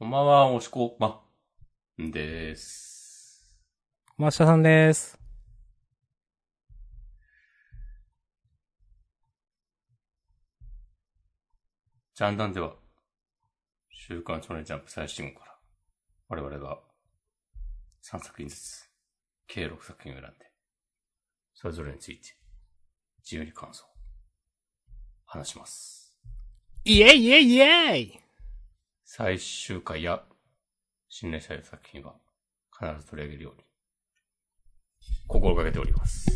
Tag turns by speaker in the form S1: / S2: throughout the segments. S1: こんばんは、おしこま、んです。
S2: マッシャさんです。
S1: ジャンダンでは、週刊少年ジャンプ最新号から、我々が3作品ずつ、計6作品を選んで、それぞれについて、自由に感想、話します。
S2: イエイイエイイエイ
S1: 最終回や、信頼される作品は、必ず取り上げるように、心がけております。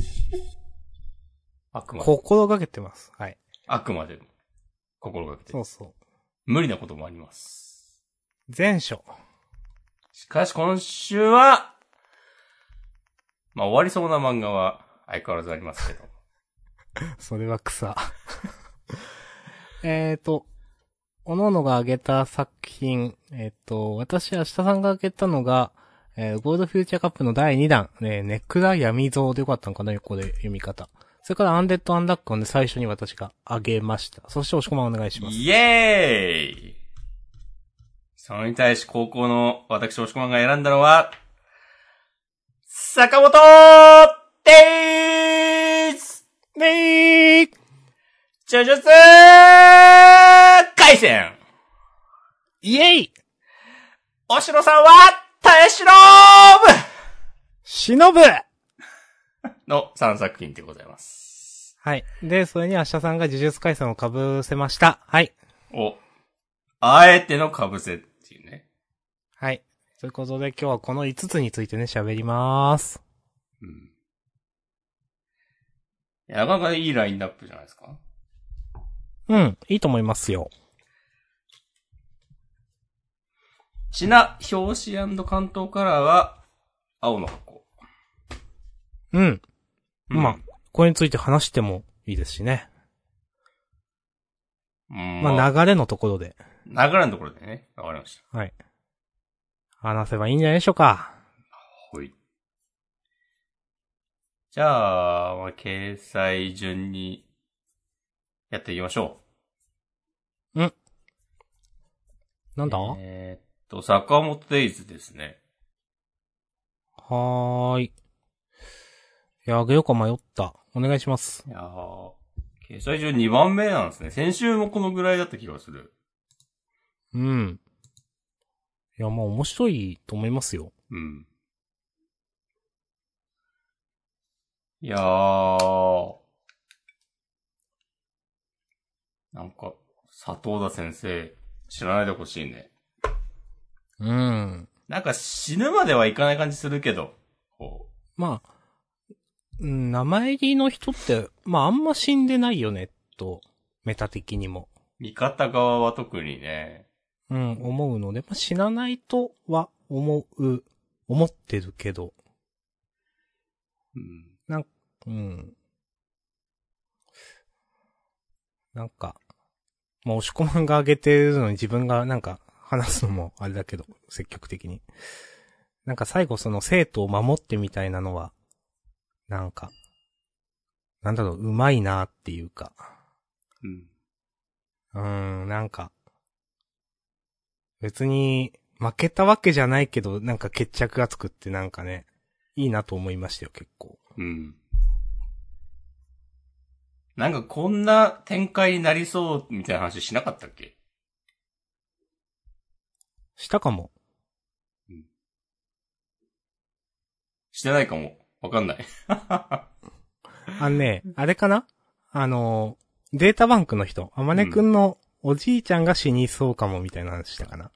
S1: あくまで、
S2: 心がけてます。はい。
S1: あくまでも、心がけて
S2: そ、うそう。
S1: 無理なこともあります。
S2: 前書。
S1: しかし今週は、まあ終わりそうな漫画は相変わらずありますけど。
S2: それは草。 えっと、おののが挙げた作品、えっ、と、私、明日さんが挙げたのが、えーゴールドフューチャーカップの第2弾、えーネクラ闇像でよかったのかな、横で読み方。それから、アンデッド・アンラックをね、最初に私が挙げました。そして、押し込まんお願いします。
S1: イエーイそれに対し高校の私、押し込まんが選んだのは、坂本でーす
S2: ねー
S1: 呪術回戦
S2: イエイ
S1: おしろさんは、耐えしろー
S2: 忍ぶ
S1: ぶの3作品でございます。
S2: はい。で、それに明日さんが呪術回戦を被せました。はい。
S1: お、あえての被せっていうね。
S2: はい。ということで今日はこの5つについてね、喋ります。
S1: うん。いやなかなかいいラインナップじゃないですか。
S2: うん、いいと思いますよ。
S1: ちな、表紙関東カラーは、青の箱。
S2: うん。
S1: うん
S2: まあ、これについて話してもいいですしね。
S1: うん、ま
S2: ま
S1: あ、
S2: あ、流れのところで
S1: な、流れのところでね、わかりました。
S2: 話せばいいんじゃないでしょうか。
S1: ほい。じゃあ、まあ、掲載順に、やっていきましょ
S2: なん
S1: う。
S2: だ、
S1: えー、っと、坂本デイズですね。
S2: はーい。いや、あげようか迷った。お願いします。
S1: いやー、掲載順2番目なんですね。先週もこのぐらいだった気がする。
S2: うん。いや、まあ、面白いと思いますよ。
S1: うん。いやー。なんか、佐藤田先生、知らないでほしいね。
S2: うん。
S1: なんか死ぬまではいかない感じするけど、こ
S2: まあ、うん名前入りの人って、まあ、あんま死んでないよね、と、メタ的にも。
S1: う、味方側は特にね。
S2: うん、思うので、まあ、死なないとは思う、思ってるけど、
S1: うん。
S2: うん。なんか、まあ、押し込まんが上げてるのに自分がなんか話すのもあれだけど、積極的に。なんか最後その生徒を守ってみたいなのは、なんか、なんだろう、うまいなっていうか。
S1: うん。
S2: うーん、なんか、別に、負けたわけじゃないけど、なんか決着がつくってなんかね、いいなと思いましたよ、結構。
S1: うん。なんかこんな展開になりそうみたいな話しなかったっけ
S2: したかも。
S1: してないかも。わかんない。
S2: あのね、あれかなあの、データバンクの人、あまねくんのおじいちゃんが死にそうかもみたいな話したかな。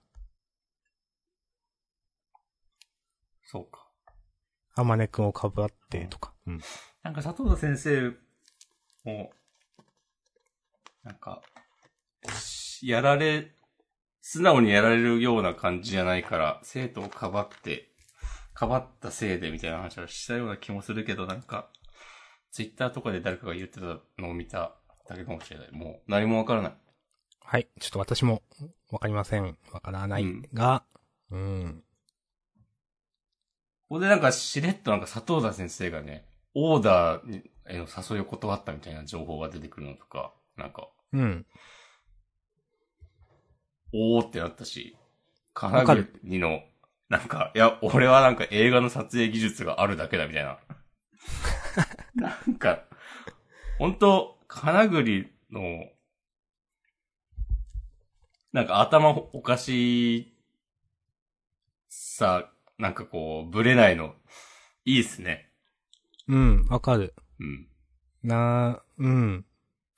S1: そうか。
S2: あまねくんをかぶってとか。うん。
S1: なんか佐藤田先生も、なんか、しやられ、素直にやられるような感じじゃないから、生徒をかばって、かばったせいでみたいな話はしたような気もするけど、なんか、ツイッターとかで誰かが言ってたのを見ただけかもしれない。もう何もわからない。
S2: はい。ちょっと私も、わかりません。わからないが、うん。
S1: ここでなんかしれっとなんか佐藤田先生がね、オーダーにへの誘いを断ったみたいな情報が出てくるのとか、なんか、
S2: うん。
S1: おーってなったし、金国の、なんか、いや、俺はなんか映画の撮影技術があるだけだみたいな。なんか、本当金栗の、なんか頭おかしさ、なんかこう、ぶれないの、いいっすね。
S2: うん、わかる。
S1: うん。
S2: なー、うん。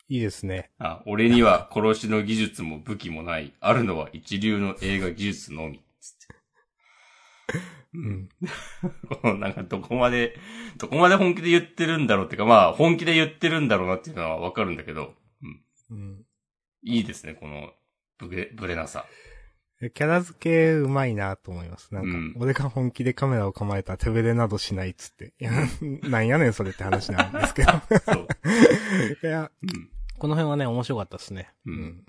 S2: いいですね。
S1: あ、俺には殺しの技術も武器もない。あるのは一流の映画技術のみ。つって。
S2: うん。
S1: こ のなんかどこまで、どこまで本気で言ってるんだろうっていうか、まあ本気で言ってるんだろうなっていうのはわかるんだけど、
S2: うん。
S1: いいですね、このブレ、ブレなさ。
S2: キャラ付けうまいなと思います。なんか、
S1: うん
S2: 俺が本気でカメラを構えた手ぶれなどしないっつって。いや、 なんやねんそれって話なんですけど。
S1: そう。
S2: いや、
S1: うん
S2: この辺はね、面白かったですね。
S1: うん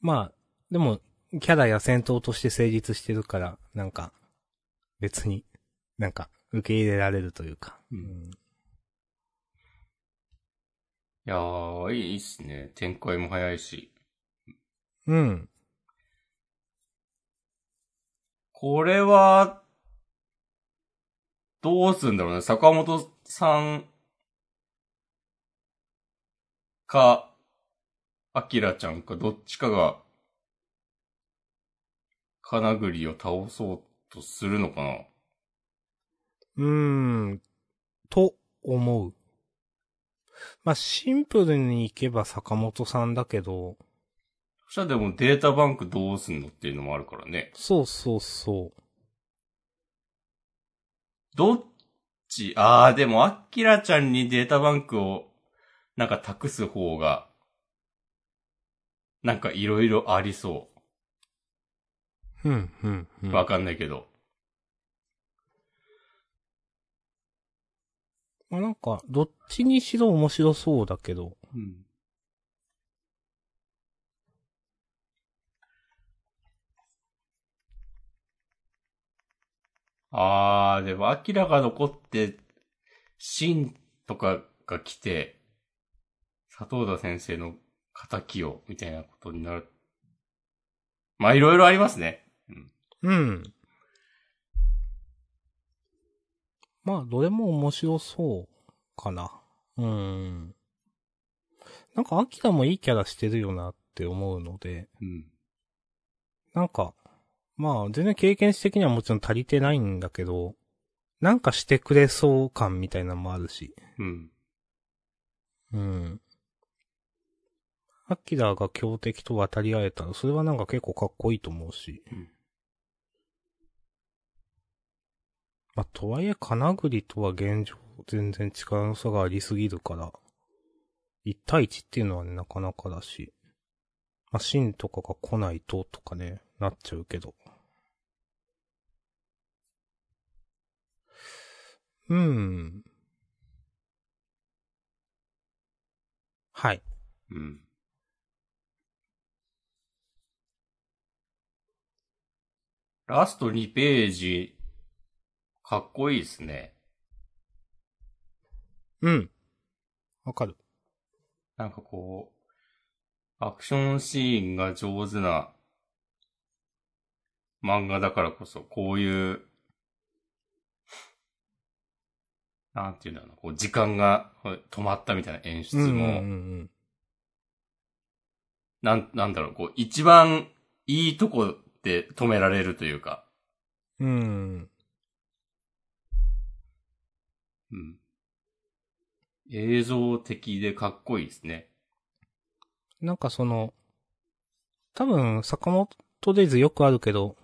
S2: まあ、でも、キャラや戦闘として成立してるから、なんか、別に、なんか、受け入れられるというか。
S1: うんいやー、いいっすね。展開も早いし。
S2: うん。うん。
S1: これは、どうすんだろうね。坂本さんか、アキラちゃんか、どっちかが、金栗を倒そうとするのかな。
S2: うーん、と思う。まあ、シンプルに行けば坂本さんだけど、
S1: そしたらでもデータバンクどうすんのっていうのもあるからね。
S2: そうそうそ。
S1: どっち、ああ、でも、アキラちゃんにデータバンクを、なんか託す方が、なんかいろいろありそう
S2: うん、うん、う
S1: う。
S2: ん。
S1: わかんないけど。
S2: まあ、なんか、どっちにしろ面白そうだけど。
S1: うん。ああ、でも、アキラが残って、シンとかが来て、佐藤田先生の仇を、みたいなことになる。まあ、いろいろありますね。
S2: うん。まあ、どれも面白そうかな。うん。なんか、アキラもいいキャラしてるよなって思うので、
S1: うん。
S2: なんか、まあ、全然経験値的にはもちろん足りてないんだけど、なんかしてくれそう感みたいなのもあるし。
S1: うん。
S2: うん。アキラが強敵と渡り合えたら、それはなんか結構かっこいいと思うし。
S1: うん
S2: まあ、とはいえ、金栗とは現状、全然力の差がありすぎるから、1対1っていうのはね、なかなかだし。まあ、シンとかが来ないと、とかね、なっちゃうけど。うん。はい。
S1: うん。ラスト2ページ、かっこいいですね。
S2: うん。わかる。
S1: なんかこう、アクションシーンが上手な漫画だからこそ、こういう、なんていうんだろうな、こう時間がこう止まったみたいな演出も、
S2: うんうん
S1: なん、なんだろう、こう一番いいとこで止められるというか、
S2: うん。うん。
S1: うん。映像的でかっこいいですね。
S2: なんかその、多分、坂本デイズよくあるけど、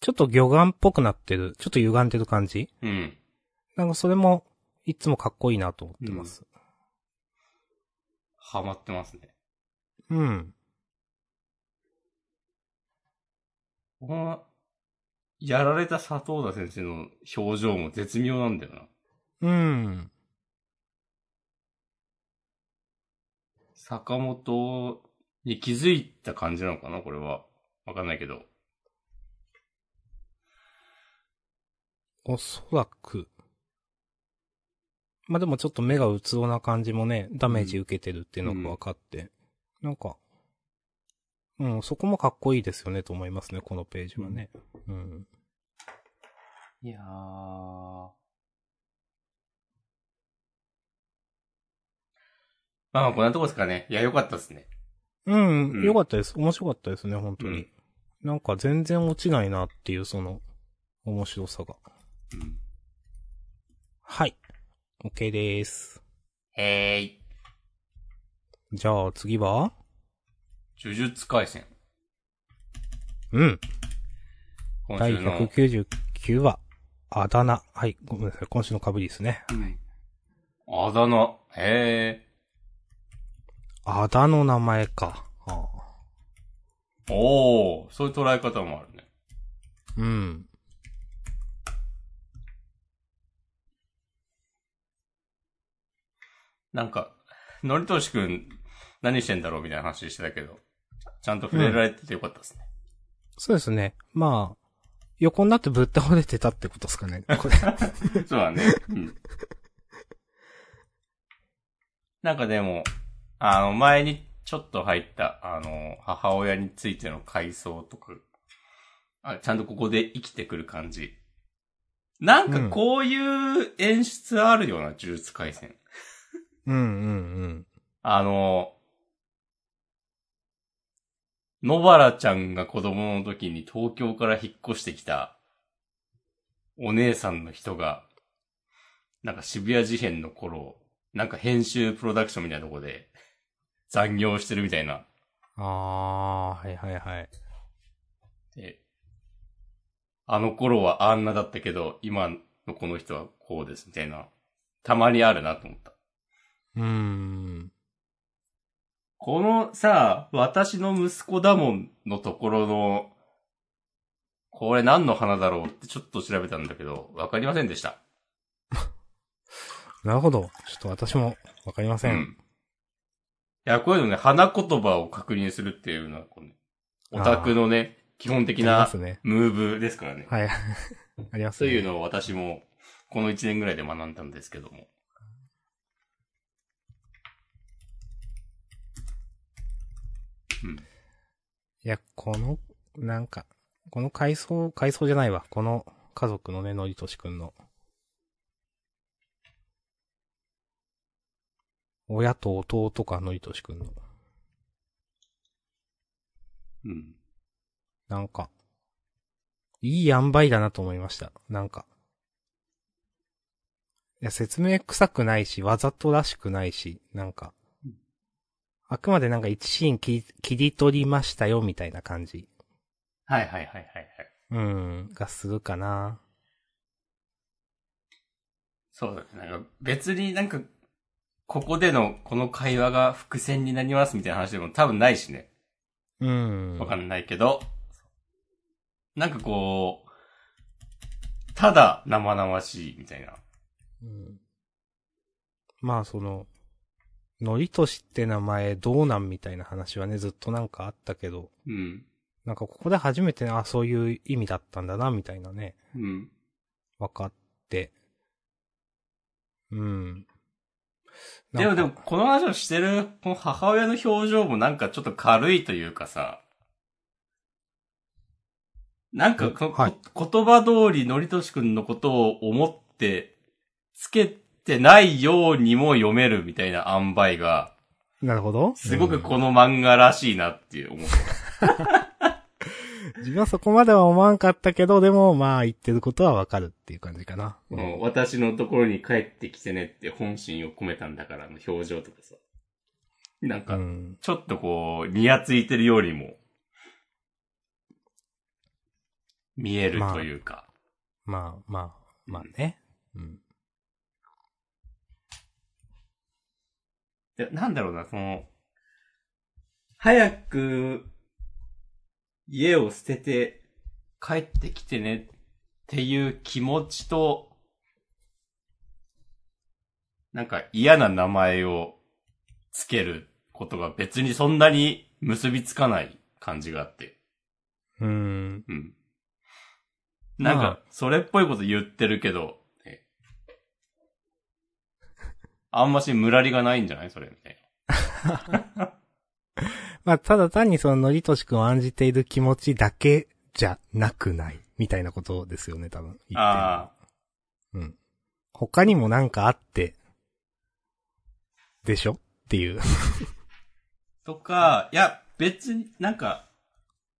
S2: ちょっと魚眼っぽくなってる。ちょっと歪んでる感じ
S1: うん。
S2: なんかそれも、いつもかっこいいなと思ってます。
S1: ハマってますね。
S2: うん。
S1: この、やられた佐藤田先生の表情も絶妙なんだよな。
S2: うん。
S1: 坂本に気づいた感じなのかなこれは。わかんないけど。
S2: おそらく。まあ、でもちょっと目がうつろな感じもね、ダメージ受けてるっていうのが分かって。なんか、うん、そこもかっこいいですよねと思いますね、このページはね。うん。
S1: いやー。まあまあ、こんなとこですかね。いや、よかったですね。
S2: うん、
S1: うん
S2: よかったです。面白かったですね、本当
S1: う
S2: に。
S1: ん
S2: なんか全然落ちないなっていう、その、面白さが。
S1: うん。
S2: はい。OK です。
S1: へーい。
S2: じゃあ次は
S1: 呪術回戦。
S2: うん。
S1: 今
S2: 第
S1: 週の。
S2: 199話。あだ名。はい。ごめんなさい。今週の被りですね。
S1: あだ名。へ
S2: あだの名前か。ああ
S1: ー。おー。そういう捉え方もあるね。
S2: うん。
S1: なんか、のりとしくん、何してんだろうみたいな話してたけど、ちゃんと触れられててよかったですね。
S2: そうですね。まあ、横になってぶっ倒れてたってことです かね。これ。
S1: そうだね。うん。なんかでも、あの、前にちょっと入った、あの、母親についての回想とか、あちゃんとここで生きてくる感じ。なんかこういう演出あるような、呪術回戦。
S2: うんうん
S1: あの、野原ちゃんが子供の時に東京から引っ越してきたお姉さんの人が、なんか渋谷事変の頃、なんか編集プロダクションみたいなとこで残業してるみたいな。
S2: うん。ああー、はいはいはい。
S1: であの頃はあんなだったけど、今のこの人はこうですみたいな。たまにあるなと思った。
S2: うーん。
S1: このさ、私の息子だもんのところの、これ何の花だろうってちょっと調べたんだけど、わかりませんでした。
S2: なるほど。ちょっと私もわかりません。。
S1: いや、こういうのね、花言葉を確認するっていうのはこうね、オタクのね、基本的
S2: ありま
S1: な
S2: すね。
S1: ムーブですからね。
S2: はい。 あります
S1: と
S2: ね。
S1: いうのを私も、この1年ぐらいで学んだんですけども。
S2: いや、この、なんか、この階層、階層じゃないわ。この家族のね、のりとしくんの。親と弟か、のりとしくんの。
S1: うん。
S2: なんか、いい塩梅だなと思いました。なんか。いや、説明臭くないし、わざとらしくないし、なんか。あくまでなんか一シーン切り切り取りましたよ、みたいな感じ。
S1: はいはいはいはいはい。
S2: うん、がするかな。
S1: そうだね。なんか別になんか、ここでのこの会話が伏線になりますみたいな話でも多分ないしね。
S2: うん。
S1: わかんないけど、なんかこう、ただ生々しいみたいな。
S2: うんまあその、のりとしって名前どうなんみたいな話はね、ずっとなんかあったけど、
S1: うん。
S2: なんかここで初めて、あ、そういう意味だったんだな、みたいなね、
S1: うん。
S2: 分かって。うん。
S1: でもで
S2: なん
S1: も、
S2: か、
S1: この話をしてる、この母親の表情もなんかちょっと軽いというかさ、なんかこ、
S2: はい
S1: こ言葉通りのりとしくんのことを思って、つけてないようにも読めるみたいな塩梅が、
S2: なるほど。
S1: すごく
S2: うん
S1: この漫画らしいなっていう思った。
S2: 自分はそこまでは思わんかったけど、でもまあ言ってることはわかるっていう感じかな。
S1: この私のところに帰ってきてねって本心を込めたんだからの表情とかさ。なん
S2: う
S1: か、
S2: ん。
S1: ちょっとこう、にやついてるよりも、見えるというか。
S2: まあまあ、まあね。うん。
S1: でなんだろうな、その、早く、家を捨てて、帰ってきてねっていう気持ちと、なんか嫌な名前をつけることが別にそんなに結びつかない感じがあって。
S2: うん。
S1: うん。なん
S2: ま
S1: か、それっぽいこと言ってるけど、ねあんまし無理がないんじゃないそれみたいな。
S2: まあ、ただ単にその、のりとしくんを案じている気持ちだけじゃなくない、みたいなことですよね、多分。あ。
S1: ああ。
S2: うん。他にもなんかあって、でしょっていう。
S1: とか、いや、別になんか、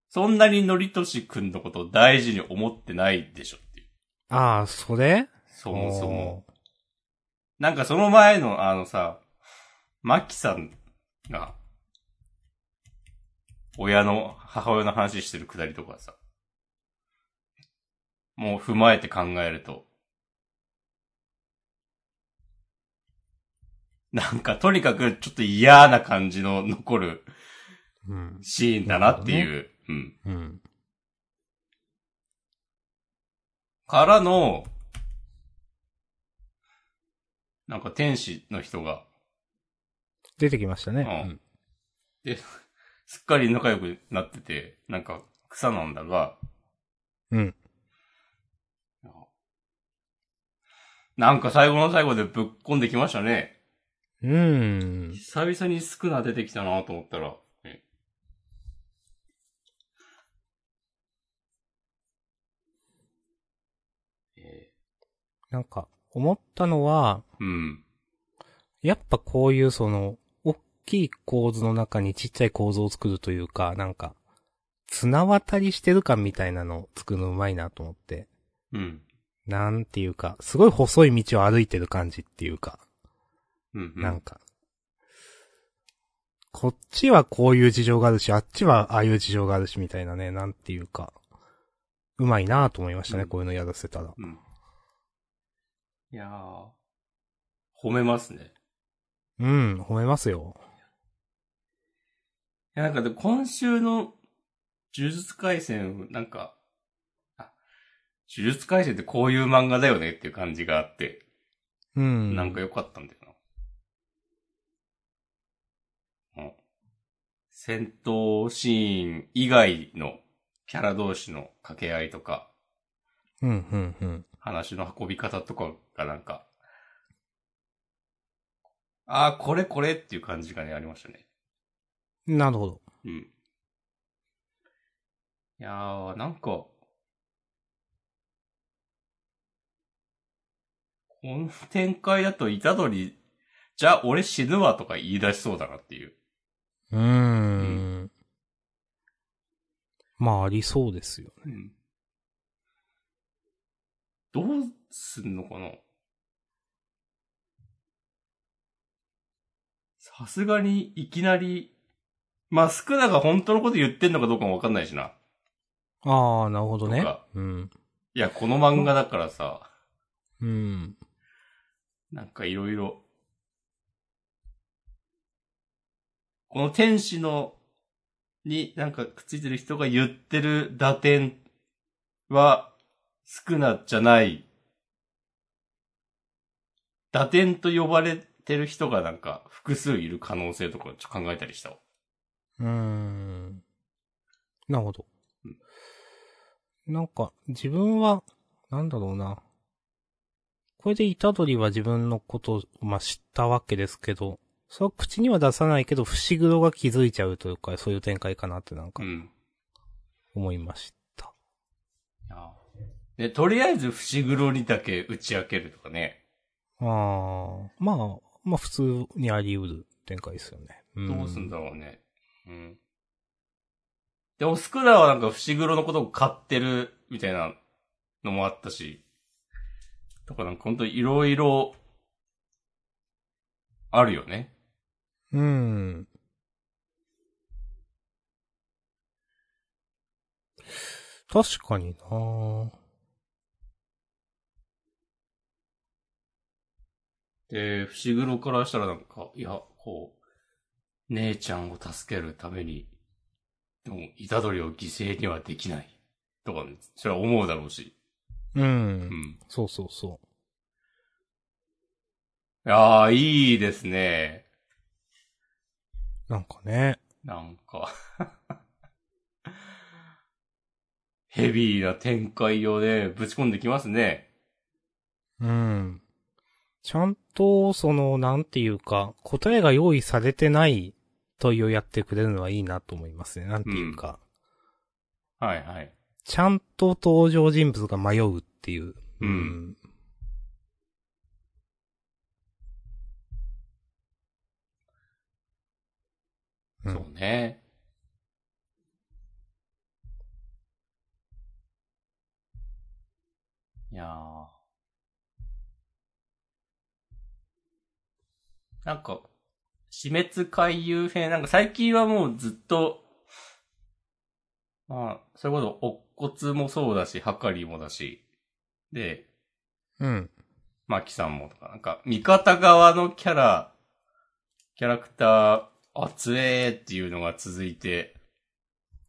S1: そんなにのりとしくんのことを大事に思ってないでしょっていう。
S2: ああ、それ
S1: そもそも。なんかその前のあのさ、マキさんが、親の、母親の話してるくだりとかさ、もう踏まえて考えると、なんかとにかくちょっと嫌な感じの残る
S2: うん。
S1: シーンだなっていう、うん。
S2: うん。
S1: からの、なんか天使の人が、
S2: 出てきましたね。
S1: うんすっかり仲良くなってて、なんか草なんだが、
S2: うん。うん。
S1: なんか最後の最後でぶっ込んできましたね。
S2: うーん。
S1: 久々にスクナ出てきたなと思ったら、ねえ
S2: なんか、思ったのは、
S1: ーうん。
S2: やっぱこういうその、大きい構図の中にちっちゃい構造を作るというか、なんか、綱渡りしてる感みたいなのを作るのうまいなと思って。
S1: うん。
S2: なんていうか、すごい細い道を歩いてる感じっていうか、
S1: うん。
S2: なんか。こっちはこういう事情があるし、あっちはああいう事情があるしみたいなね、なんていうか、うまいなと思いましたね、
S1: うん
S2: こういうのやらせたら。
S1: うん。いやー、褒めますね。
S2: うん、褒めますよ。
S1: いや、なんかで、今週の、呪術回戦、なんか、あ、呪術回戦ってこういう漫画だよねっていう感じがあって、
S2: うん。
S1: なんか良かったんだよな。うん戦闘シーン以外のキャラ同士の掛け合いとか、
S2: うん、うん、うん。
S1: 話の運び方とかがなんか、ああ、これこれっていう感じがね、ありましたね。
S2: なるほど。
S1: うん。いやー、なんか、この展開だと、イタドリ、じゃあ俺死ぬわとか言い出しそうだなっていう。
S2: うーん。まあ、ありそうですよ。
S1: うん。どうすんのかなさすがに、いきなり、まあ、スクナが本当のこと言ってんのかどうかもわかんないしな。
S2: ああ、なるほどね
S1: とか。
S2: うん。
S1: いや、この漫画だからさ、
S2: うん。
S1: なんかいろいろ。この天使の、になんかくっついてる人が言ってる打点は少なじゃない。打点と呼ばれてる人がなんか複数いる可能性とかちょっと考えたりしたわ。
S2: うーん。なるほど。なんか、自分は、なんだろうな。これでイタドリは自分のことを、まあ、知ったわけですけど、それは口には出さないけど、伏黒が気づいちゃうというか、そういう展開かなってなん
S1: う
S2: か、
S1: ん。
S2: 思いました。
S1: いやで、とりあえず伏黒にだけ打ち明けるとかね。
S2: ああ、まあ、まあ、普通にあり得る展開ですよね。
S1: どうすん
S2: だ
S1: だろうね。うん。でも、スクラはなんか、伏黒のことを買ってる、みたいなのもあったし、とかなんか、ほんといろいろ、あるよね。
S2: うん。確かにな
S1: で、伏黒からしたらなんか、いや、こう、姉ちゃんを助けるために、でも、イタドリを犠牲にはできない。とか、ね、それは思うだろうし。
S2: う。
S1: うんん。
S2: そうそうそ
S1: いやー、いいですね。
S2: う。なんかね。
S1: なんか、ヘビーな展開をね、ぶち込んできますね。
S2: うん。ちゃんと、その、なんていうか、答えが用意されてない問いをやってくれるのはいいなと思いますね。なんていうか、
S1: はいはい。
S2: ちゃんと登場人物が迷うっていう。
S1: うん
S2: うん。うん
S1: そうね。いやー。なんか、死滅回遊編、なんか最近はもうずっと、まあ、それこそ、乙骨もそうだし、はかりもだし、で、
S2: うん。
S1: マキさんもとか、なんか、味方側のキャラ、キャラクター、あつえーっていうのが続いて、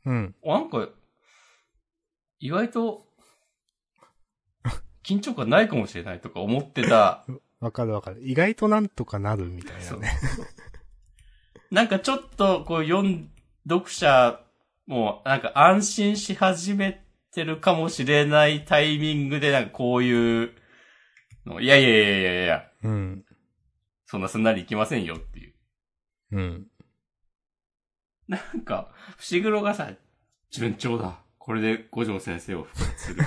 S2: うん。
S1: あなんか、意外と、緊張感ないかもしれないとか思ってた。
S2: わかるわかる。意外となんとかなるみたいなね。
S1: なんかちょっと、こう、読ん、読者も、なんか安心し始めてるかもしれないタイミングで、なんかこういうの、いやいやいやいやいや、
S2: うん。
S1: そんなすんなりいきませんよっていう。
S2: うん。
S1: なんか、伏黒がさ、順調だ。これで五条先生を復活する。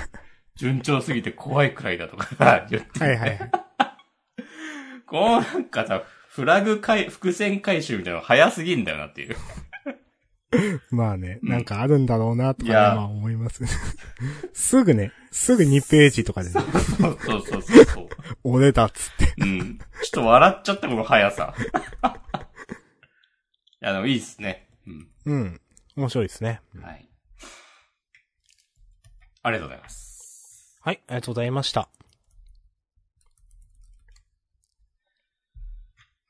S1: 順調すぎて怖いくらいだとかさ、 言って。
S2: はいはいはい。
S1: こうなんかさ、フラグ回、伏線回収みたいなの早すぎんだよなっていう。
S2: まあね、
S1: うん
S2: なんかあるんだろうな、とかね、
S1: いや
S2: まあ思います ね。すぐね、すぐ2ページとかでね、
S1: そうそうそうそうそう。
S2: 俺だっつって。
S1: うん。ちょっと笑っちゃったこの速さ。 いや、でもいいっすね。う
S2: うん。面白いですね。
S1: ん。はい。ありがとうございます。
S2: はい、ありがとうございました。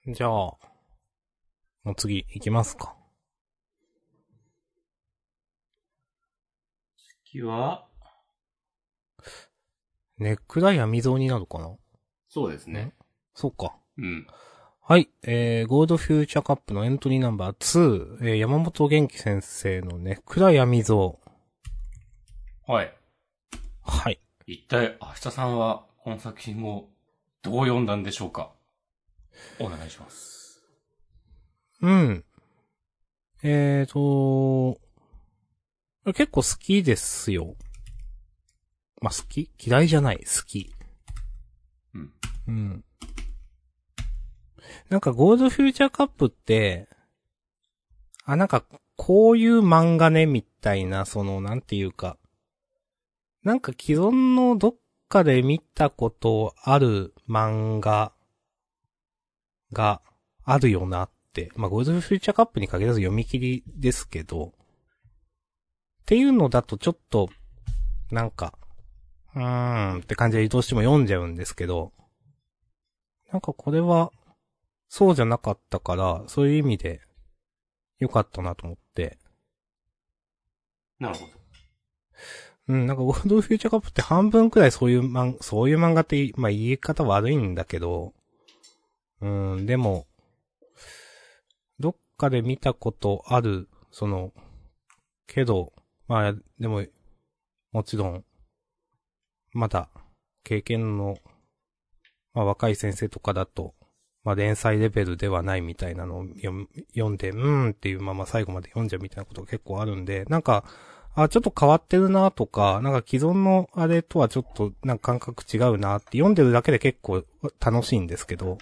S2: じゃあ、もう次行きますか。
S1: 次は、
S2: ネックダイヤ未曾になるかな
S1: そうですね。
S2: そうか。
S1: うん。
S2: はい、えー、ゴールドフューチャーカップのエントリーナンバー2、えー、山本元気先生のネックダイヤ未曾。
S1: はい。
S2: はい。
S1: 一体、明日さんは、この作品を、どう読んだんでしょうかお願いします。
S2: うん。えーと、結構好きですよ。まあ、好き嫌いじゃない、好き。
S1: うん。
S2: うん。なんか、ゴールドフューチャーカップって、あ、なんか、こういう漫画ね、みたいな、その、なんていうか、なんか既存のどっかで見たことある漫画があるよなって、まあ、ゴールドフューチャーカップに限らず読み切りですけど、っていうのだとちょっと、なんか、うーんって感じでどうしても読んじゃうんですけど、なんかこれは、そうじゃなかったから、そういう意味で、良かったなと思って。
S1: なるほど。
S2: うん、なんかゴールドフューチャーカップって半分くらいそういう漫画、そういう漫画って、まあ言い方悪いんだけど、うん、でも、どっかで見たことある、その、けど、まあ、でも、もちろん、まだ、経験の、まあ若い先生とかだと、まあ連載レベルではないみたいなのを読む読んで、うーんっていうまま最後まで読んじゃうみたいなことが結構あるんで、なんか、あ、ちょっと変わってるなとか、なんか既存のあれとはちょっとなんか感覚違うなって読んでるだけで結構楽しいんですけど、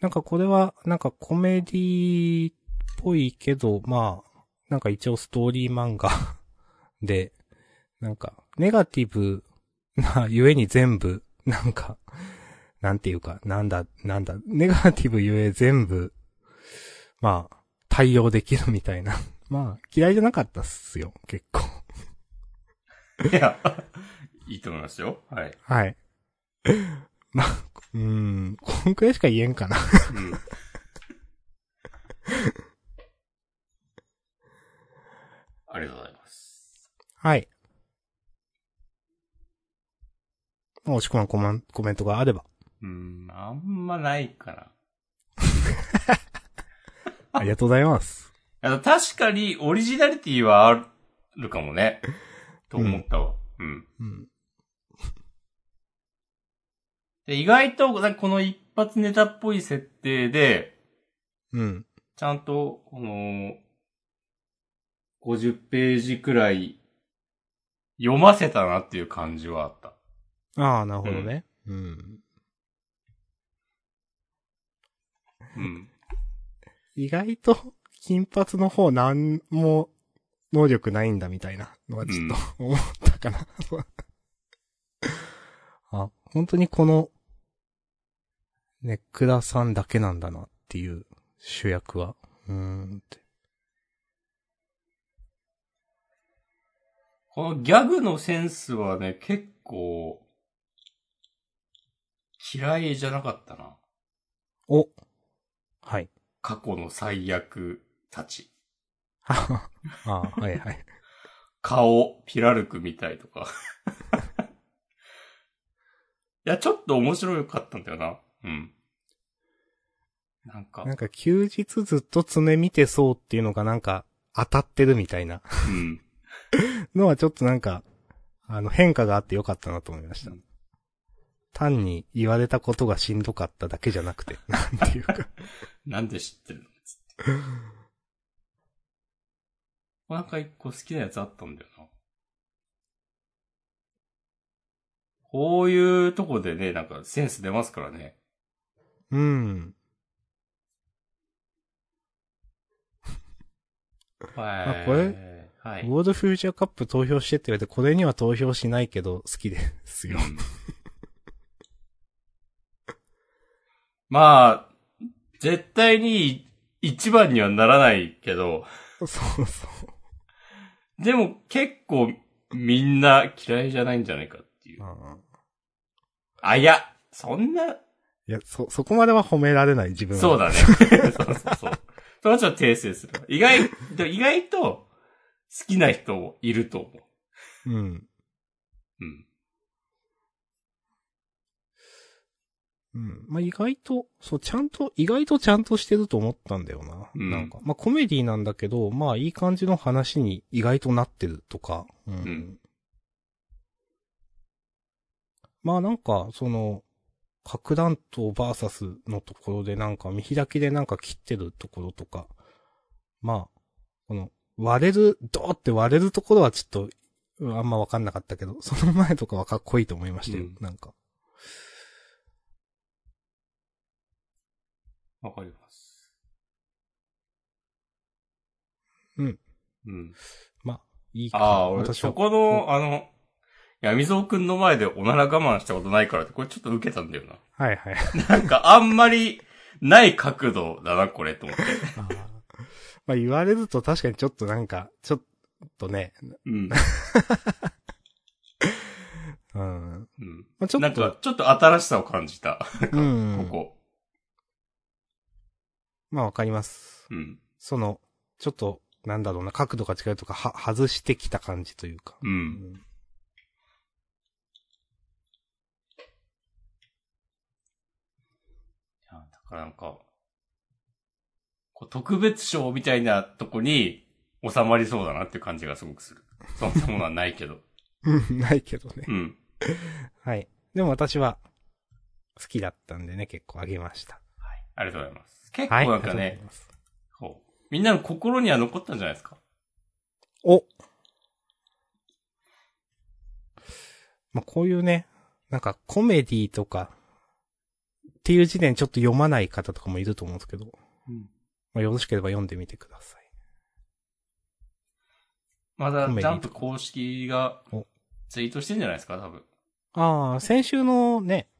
S2: なんかこれはなんかコメディっぽいけど、まあ、なんか一応ストーリー漫画 で、なんかネガティブなゆえに全部、なんか、なんていうか、なんだ、なんだ、ネガティブゆえ全部、まあ、対応できるみたいな。まあ、嫌いじゃなかったっすよ、結構。
S1: いや、いいと思いますよ。はい。
S2: はい。 まあ、うーん、こんくらいしか言えんかな。
S1: うん。ありがとうございます。
S2: はい。もう押し込まんコマンコメントがあれば、
S1: うん、あんまないかな。
S2: ありがとうございます。
S1: あの、確かにオリジナリティはあるかもね。と思ったわ。うん。
S2: うん。
S1: で意外と、なんかこの一発ネタっぽい設定で、
S2: うん。
S1: ちちゃんと、この、50ページくらい読ませたなっていう感じはあった。
S2: ああ、なるほどね。うん。
S1: うん。
S2: 意外と、金髪の方なんも能力ないんだみたいなのはちょっと思ったかな。 あ、本当にこの、ネックラさんだけなんだなっていう主役は。うーんって。
S1: このギャグのセンスはね、結構、嫌いじゃなかったな。
S2: おはい。
S1: 過去の最悪たち。
S2: ああ、はいはい。
S1: 顔、ピラルクみたいとか。 いや、ちょっと面白かったんだよな。うん。なんか、
S2: なんか休日ずっと爪見てそうっていうのがなんか当たってるみたいな
S1: うん。
S2: のはちょっとなんか、あの変化があってよかったなと思いました。
S1: うん
S2: 単に言われたことがしんどかっただけじゃな くて、なんていうか。
S1: なんで知ってるのつって。なんか一個好きなやつあったんだよな。こういうとこでね、なんかセンス出ますからね。
S2: うん。
S1: はい。
S2: あこれ
S1: はい。
S2: ゴールドフューチャーカップ投票してって言われて、これには投票しないけど好きで すよ。
S1: うんまあ、絶対に一番にはならないけど、
S2: そうそう。
S1: でも結構みんな嫌いじゃないんじゃないかっていうう。
S2: ん
S1: あ、いや、そんな、
S2: いや、そ、そこまでは褒められない自分は
S1: そうだね。そうそうそう。それはちょっと訂正する。意外、でも意外と好きな人もいると思う。
S2: うん。
S1: うん。
S2: うん。まあ、意外と、そう、ちゃんと、意外とちゃんとしてると思ったんだよな。
S1: うん
S2: なんか、まあ、コメディなんだけど、まあ、いい感じの話に意外となってるとか。うん。
S1: ん
S2: まあ、なんか、その、核弾頭バーサスのところでなんか見開きでなんか切ってるところとか、まあ、この、割れる、ドーって割れるところはちょっと、うんあんまわかんなかったけど、その前とかはかっこいいと思いましたよ、
S1: うん
S2: なんか。
S1: わかります。
S2: うん。
S1: うん。
S2: まあ、いいか
S1: あ
S2: な。
S1: あ、俺、
S2: 私は
S1: そこの、あの、闇蔵くんの前でおなら我慢したことないからって、これちょっと受けたんだよな。
S2: はいはい。
S1: なんか、あんまり、ない角度だな、これ、と思って。
S2: あー まあ言われると確かにちょっとなんか、ちょっとね、
S1: うん。
S2: う
S1: う
S2: ん。
S1: ん。
S2: まあちょ
S1: な
S2: っ
S1: んか
S2: と、、
S1: ちょっと新しさを感じた。
S2: う
S1: こ
S2: ん。
S1: こ。
S2: まあわかります。
S1: うん。
S2: その、ちょっと、なんだろうな、角度が違うとか、は、外してきた感じというか。
S1: う。
S2: うん
S1: いやだからなんか、こう特別賞みたいなとこに収まりそうだなっていう感じがすごくする。そんなものはないけど。
S2: うん ないけどね
S1: う。ん。
S2: はい。でも私は、好きだったんでね、結構あげました。
S1: はい。ありがとうございます。結
S2: はい。
S1: 構なんか
S2: ありがとうご
S1: ね
S2: ざい、ます
S1: こうみんなの心には残ったんじゃないですか。
S2: おまあ、こういうね、なんかコメディとか、っていう時点ちょっと読まない方とかもいると思うんですけど、
S1: うん。
S2: まあ、よろしければ読んでみてください。
S1: まだ
S2: コメディ
S1: ジャンプ公式が
S2: お
S1: ツイートしてんじゃないですか、多分。
S2: ああ、先週のね、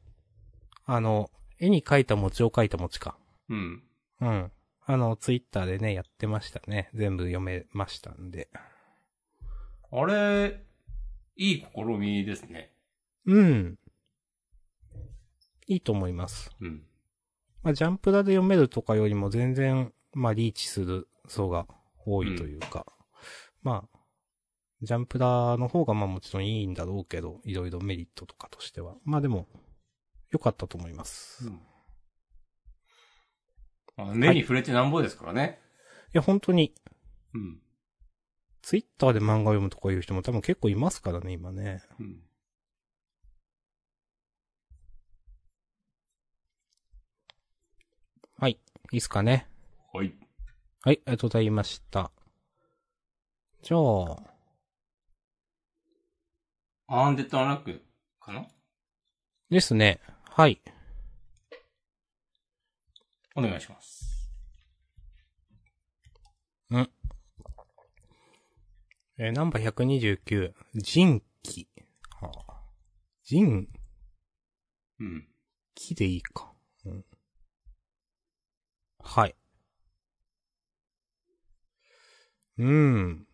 S2: あの、絵に描いた餅を描いた餅か。
S1: うん。
S2: うん。あの、ツイッターでね、やってましたね。全部読めましたんで。
S1: あれ、いい試みですね。
S2: うん。いいと思います。
S1: うん。
S2: まあ、ジャンプラで読めるとかよりも全然、まあ、リーチする層が多いというか、まあ、ジャンプラの方がまあもちろんいいんだろうけど、いろいろメリットとかとしては。まあでも、良かったと思います。い
S1: まあ目に触れてなんぼですからね。
S2: や、本当に、
S1: うん。
S2: ツイッターで漫画を読むとかいう人も多分結構いますからね、今ね。
S1: うん。
S2: いいっすかね。
S1: はい。
S2: はい、ありがとうございました。じゃあ、
S1: アンデッドアンラックかな
S2: ですね。はい。
S1: お願いします。
S2: えーナンバー129、人気。はあ、人
S1: うん。
S2: 気でいいか。うん、はい。うーん。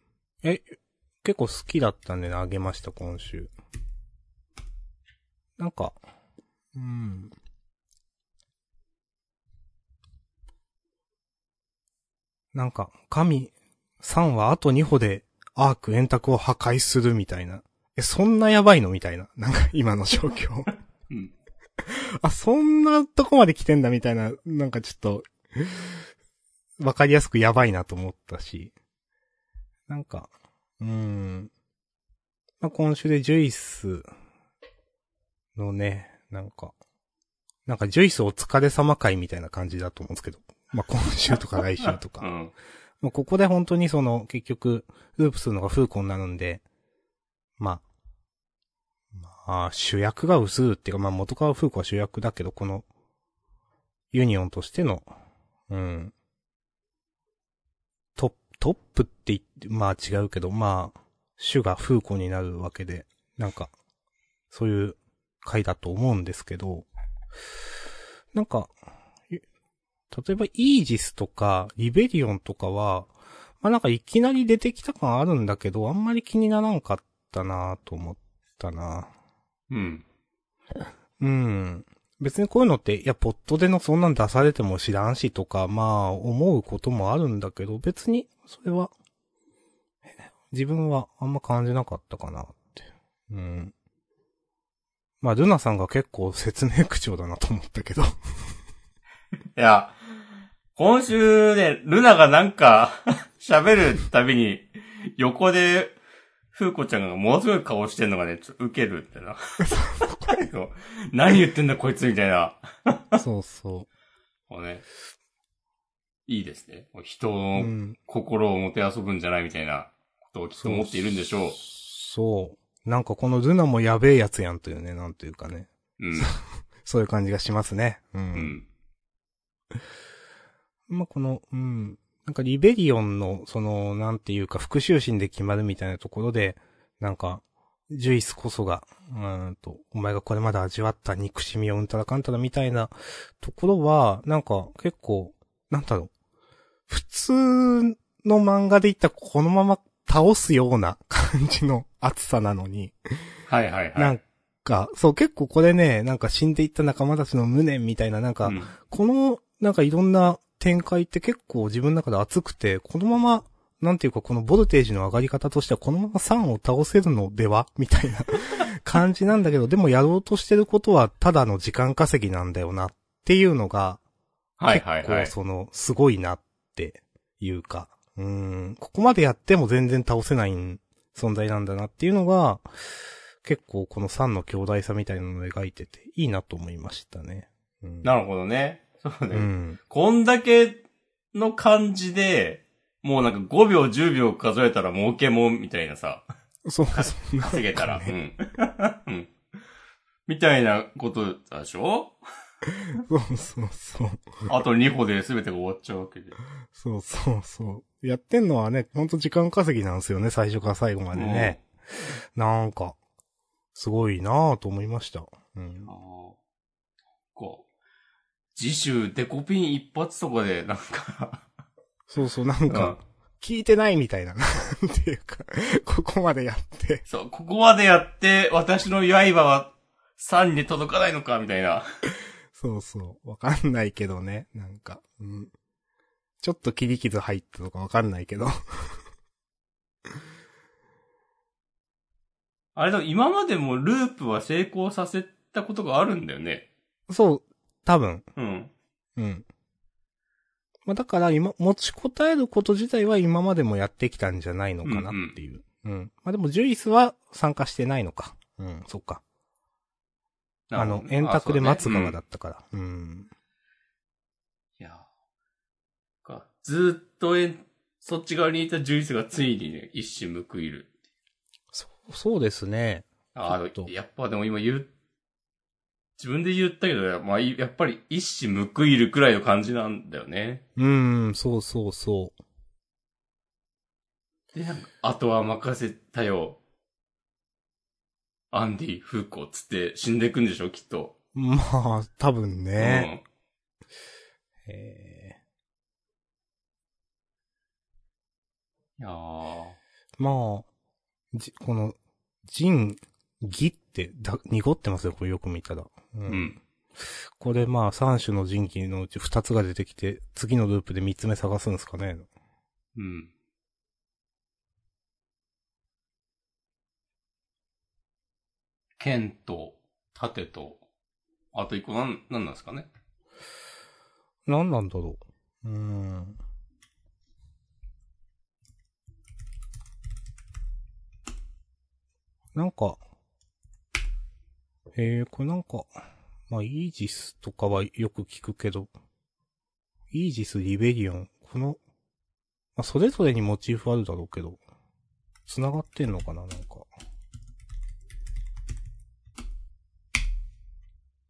S2: え、結構好きだったんでね、あげました、今週。なんか、うん。なんか、神、さんはあと2歩でアーク円卓を破壊するみたいな。え、そんなやばいのみたいな。なんか今の状況。
S1: うん。
S2: あ、そんなとこまで来てんだみたいな、なんかちょっと、わかりやすくやばいなと思ったし。なんか、うーん。まあ、今週でジュイスのね、なんか、なんかジュイスお疲れ様会みたいな感じだと思うんですけど。まあ、今週とか来週と か
S1: う。ん。
S2: まあ、ここで本当にその、結局、ループするのがフーコンなので、まあ、まあ、主役が薄うっていうか、まあ、元川フーコンは主役だけど、この、ユニオンとしての、うん、トップ、トップって言って、まあ違うけど、まあ、主がフーコンになるわけで、なんか、そういう回だと思うんですけど、なんか、例えばイージスとかリベリオンとかは、まあなんかいきなり出てきた感あるんだけど、あんまり気にならんかったなぁと思ったな
S1: うん。
S2: うん。別にこういうのって、いや、ポットでのそんなん出されても知らんしとか、まあ思うこともあるんだけど、別にそれは、自分はあんま感じなかったかなって。うん。まあ、ルナさんが結構説明口調だなと思ったけど。
S1: いや、今週ね、ルナがなんか、 喋るたびに、横で、フーコちゃんがものすごい顔してんのがね、ちょっとウケるってな。 こう何言ってんだこいつみたいな。
S2: そうそ
S1: もうね。いいですね。人
S2: う。う
S1: の
S2: ん。
S1: 心をもてあそぶんじゃないみたいなことをきっと思っているんでしょ
S2: そう。なんかこのルナもやべえやつやんというね、なんというかね。
S1: う。うん。
S2: そういう感じがしますね。うん。
S1: うん。
S2: まあ、この、うん。なんかリベリオンの、その、なんていうか、復讐心で決まるみたいなところで、なんか、ジュイスこそが、うーんと、お前がこれまで味わった憎しみをうんたらかんたらみたいなところは、なんか結構、なんだろう。普通の漫画で言ったらこのまま倒すような感じの熱さなのに、
S1: はいはいはい。
S2: なんか、そう、結構これね、なんか死んでいった仲間たちの無念みたいな、なんか、
S1: うん
S2: この、なんかいろんな展開って結構自分の中で熱くて、このまま、なんていうか、このボルテージの上がり方としては、このまま3を倒せるのでは みた いな感じなんだけど、でもやろうとしてることは、ただの時間稼ぎなんだよなっていうのが、
S1: はいはいはい
S2: 結。構その、すごいなっていうか、うーん、ここまでやっても全然倒せない存在なんだなっていうのが、結構この3の兄弟さみたいなのを描いてて、いいなと思いましたね。うん、
S1: なるほどね。そうね。
S2: うん。
S1: こんだけの感じで、もうなんか5秒10秒数えたら儲けもんみたいなさ、
S2: そう、 そんな。
S1: 稼げたら。う
S2: なん
S1: ん。うんみたいなことだでしょ
S2: そうそうそう。
S1: あと2歩で全てが終わっちゃうわけで。
S2: そうそうそう。やってんのはね、ほんと時間稼ぎなんですよね、最初から最後までね。なんか、すごいなぁと思いました。うん
S1: うん。あ。ーこう。次週デコピン一発とかで、なんか、
S2: そうそう、なん
S1: う
S2: か
S1: ん、
S2: 聞いてないみたいな、 なんていうか、ここまでやって、
S1: そう、ここまでやって、私の刃は3に届かないのか、みたいな。
S2: そうそう、わかんないけどね、なんか、うん。ちょっと切り傷入ったとかわかんないけど。
S1: あれでも今までもループは成功させたことがあるんだよね。
S2: そう、多分。
S1: うん。
S2: うん。まあだから今、持ちこたえること自体は今までもやってきたんじゃないのかなっていう。うん、うんまあでも、ジュイスは参加してないのか。うん、そっか。あの、円卓で待つ側
S1: だ
S2: だったから。うん。
S1: いや。かずっとえん、そっち側にいた獣医師がついにね、一矢報いる。
S2: そ、そうですね。
S1: あ
S2: ちょっと
S1: あ、やっぱでも今言う、自分で言ったけど、まあ、いやっぱり一矢報いるくらいの感じなんだよね。
S2: うん、そうそうそう。
S1: で、なんか、あとは任せたよ。アンディ、フーコーつって死んでいくんでしょ、きっと。
S2: まあ、多分ね。え
S1: うん。いやー
S2: ーまあ、じ、この、ジン、ギってだ、濁ってますよ、これよく見たら。う
S1: うん。
S2: これまあ、3種の人気のうち2つが出てきて、次のループで3つ目探すんですかね。
S1: うん。剣と、盾と、あと一個なん、なんなんですかね
S2: 何なんだろう。うーん。なんか、えー、これなんか、まあ、イージスとかはよく聞くけど、イージス、リベリオン、この、まあ、それぞれにモチーフあるだろうけど、繋がってんのかな、なんか。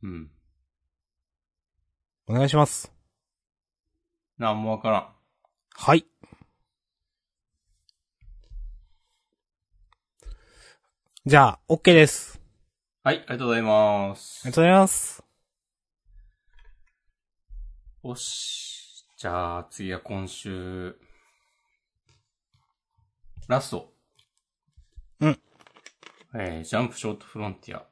S1: うん。
S2: お願いします。
S1: なんもわからん。
S2: はい。じゃあ、OK です。
S1: はい、ありがとうございます。
S2: ありがとうございます。
S1: よし。じゃあ、次は今週。ラスト。
S2: うん。
S1: えー、ジャンプショートフロンティア。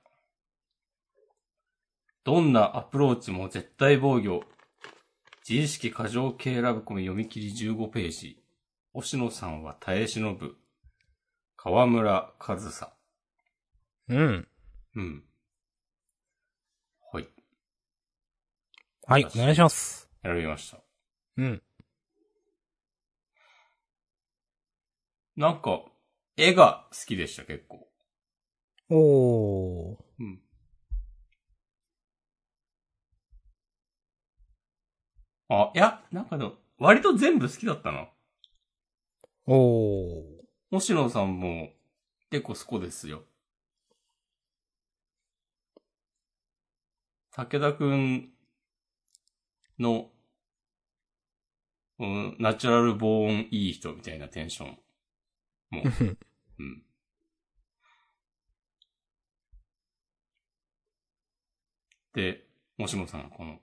S1: どんなアプローチも絶対防御。自意識過剰系ラブコメ読み切り15ページ。押野さんは耐え忍ぶ。河村和沙。
S2: うん。
S1: うん。はい。
S2: はい、お願いします。
S1: 選びました。
S2: うん。
S1: なんか、絵が好きでした、結構。
S2: おー。
S1: うん。あ、いや、なんかでも、割と全部好きだったな。
S2: おー。
S1: 星野さんも、結構そこですよ。武田くんの、うん、ナチュラル防音いい人みたいなテンション。もう、うん。で、もしもさんがこの、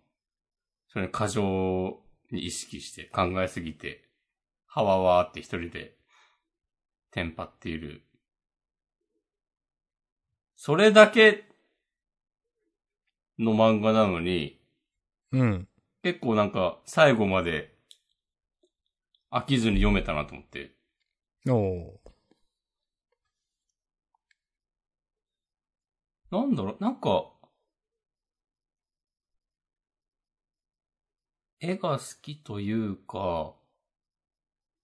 S1: それ過剰に意識して考えすぎて、はわわーって一人で、テンパっている。それだけの漫画なのに、
S2: うん。
S1: 結構なんか最後まで飽きずに読めたなと思って。
S2: おー。
S1: なんだろう、なんか、絵が好きというか、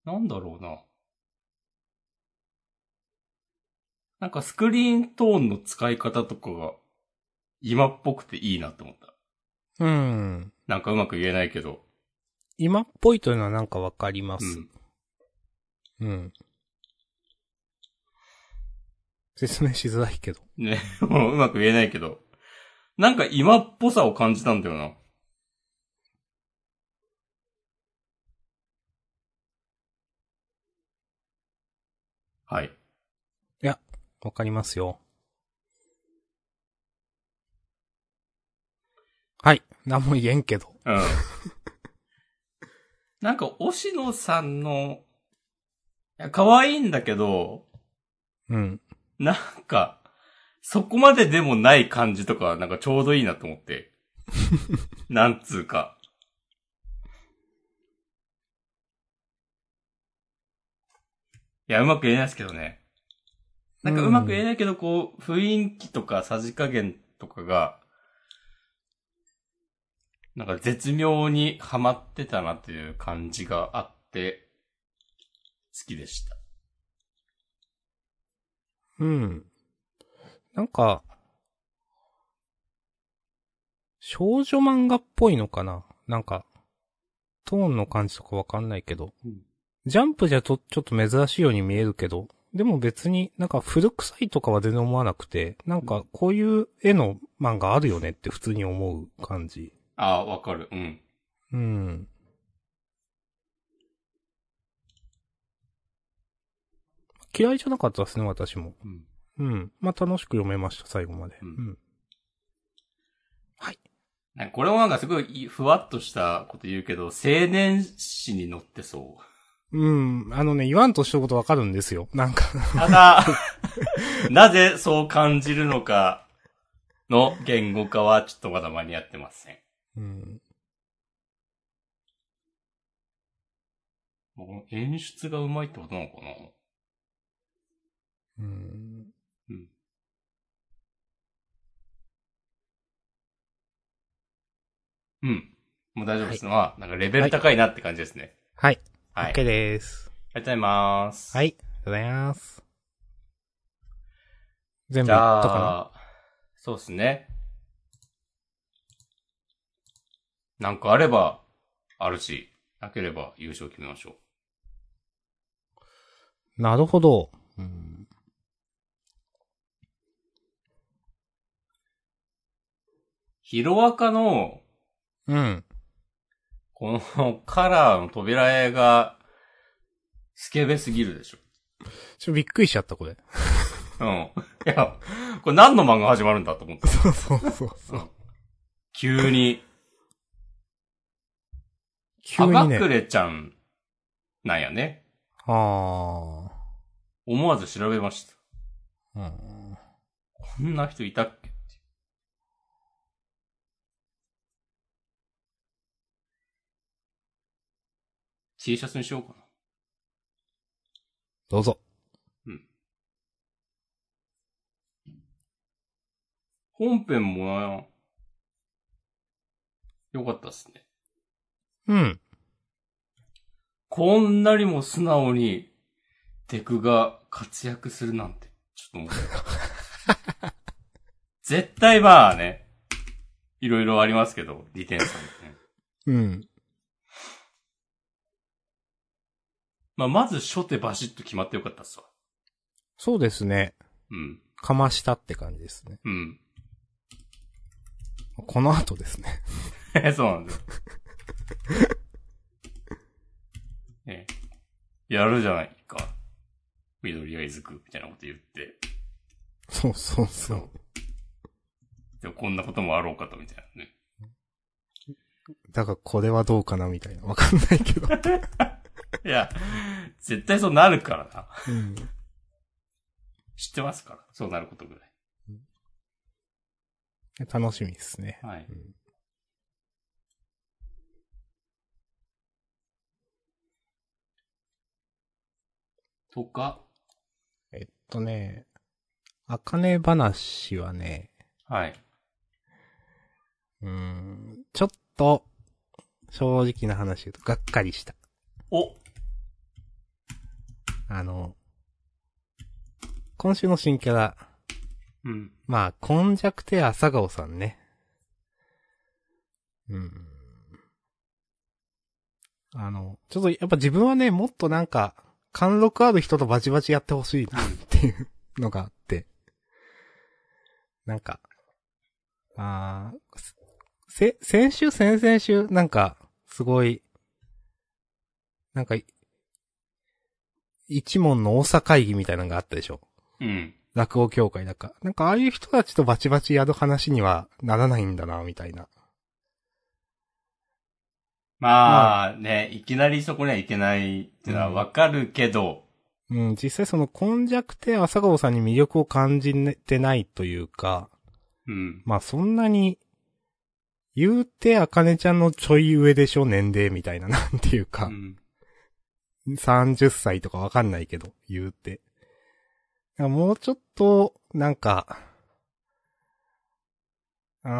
S1: なんだろうな。なんかスクリーントーンの使い方とかが今っぽくていいなと思った。
S2: うん。
S1: なんかうまく言えないけど。
S2: 今っぽいというのはなんかわかりま
S1: う
S2: す。
S1: ん。
S2: うん。説明しづらいけど。
S1: ね、 もううまく言えないけど。なんか今っぽさを感じたんだよな。はい。
S2: わかりますよ。はい。何も言えんけど。
S1: うん。なんか、押野さんの、いや、可愛いんだけど、
S2: うん。
S1: なんか、そこまででもない感じとか、なんかちょうどいいなと思って。なんつうか。いや、うまく言えないですけどね。なんかうまく言えないけど、こう、雰囲気とかさじ加減とかが、なんか絶妙にハマってたなという感じがあって、好きでした。
S2: うん。なんか、少女漫画っぽいのかななんか、トーンの感じとかわかんないけど、
S1: うん
S2: ジャンプじゃと、ちょっと珍しいように見えるけど、でも別になんか古臭いとかは全然思わなくて、なんかこういう絵の漫画あるよねって普通に思う感じ。
S1: ああ、わかる。うん。
S2: うん。嫌いじゃなかったですね、私も。
S1: うん
S2: うん。まあ、楽しく読めました、最後まで。
S1: う
S2: うんん。
S1: なんかこれもなんかすごいふわっとしたこと言うけど、青年誌に乗ってそう。
S2: うん。あのね、言わんとしたことわかるんですよ。なんか、
S1: ただ、 なぜそう感じるのかの言語化はちょっとまだ間に合ってません。
S2: うん。
S1: もう演出がうまいってことなのかな
S2: うん。
S1: うん。うん。もう大丈夫です。まあ、なんかレベル高いなって感じですね。
S2: はい。
S1: はい。あり
S2: OK です。
S1: がとうございます。
S2: はい。ありがとうございます。全部
S1: じ
S2: 言ったかな
S1: ゃあ、そうですね。なんかあれば、あるし、なければ優勝決めましょう。
S2: なるほど。うん。
S1: ヒロアカの、
S2: うん。
S1: このカラーの扉絵が、スケベすぎるでしょ。
S2: ちょ、びっくりしちゃった、これ。
S1: うん。いや、これ何の漫画始まるんだと思って。
S2: そうそう そう
S1: う
S2: そ
S1: ん
S2: う。
S1: 急に、
S2: 急
S1: か
S2: に
S1: が
S2: ね。
S1: くれちゃん、なんやね。
S2: あ
S1: 思わず調べました。
S2: あ。うん。
S1: こんな人いたっけっていう T シャツにしようかな。
S2: どうぞ。
S1: 本編もな、よかったっすね。
S2: うん。
S1: こんなにも素直に、デクが活躍するなんて、ちょっと思った。絶対まあね、いろいろありますけど、利点さんね。
S2: うん。
S1: まあ、まず初手バシッと決まってよかったっすわ。
S2: そうですね。
S1: うん。
S2: かましたって感じですね。
S1: うん。
S2: この後ですね。
S1: え そうなんです。ねやるじゃないか。緑がいずく、みたいなこと言って。
S2: そうそうそう。
S1: でもこんなこともあろうかと、みたいなね。
S2: だからこれはどうかなみたいな。わかんないけど。
S1: いや、絶対そうなるからな。
S2: うん。
S1: 知ってますから。そうなることぐらい。
S2: 楽しみですね。
S1: はい。
S2: うん
S1: とか、
S2: えっとね、あかね話はね、
S1: はい。
S2: うーん、ちょっと、正直な話言うと、がっかりした。
S1: お
S2: あの、今週の新キャラ、
S1: うん。
S2: まあ、今弱手朝顔さんね。うん。あの、ちょっとやっぱ自分はね、もっとなんか、貫禄ある人とバチバチやってほしいなっていうのがあって。なんか、あーせ、先週、先々週、なんか、すごい、なんかい、一問の大阪会議みたいなのがあったでしょ。
S1: うん。
S2: 落語協会だか。なんかああいう人たちとバチバチやる話にはならないんだな、みたいな。
S1: まあ、ね、いきなりそこにはいけないってのはわかるけど、
S2: うん、実際その根弱って朝顔さんに魅力を感じてないというか、
S1: うん。
S2: まあそんなに、言うて、あかねちゃんのちょい上でしょ、年齢みたいな、 なんていう
S1: う
S2: か。
S1: ん。
S2: 30歳とかわかんないけど、言うて。だからもうちょっと、なんか、あー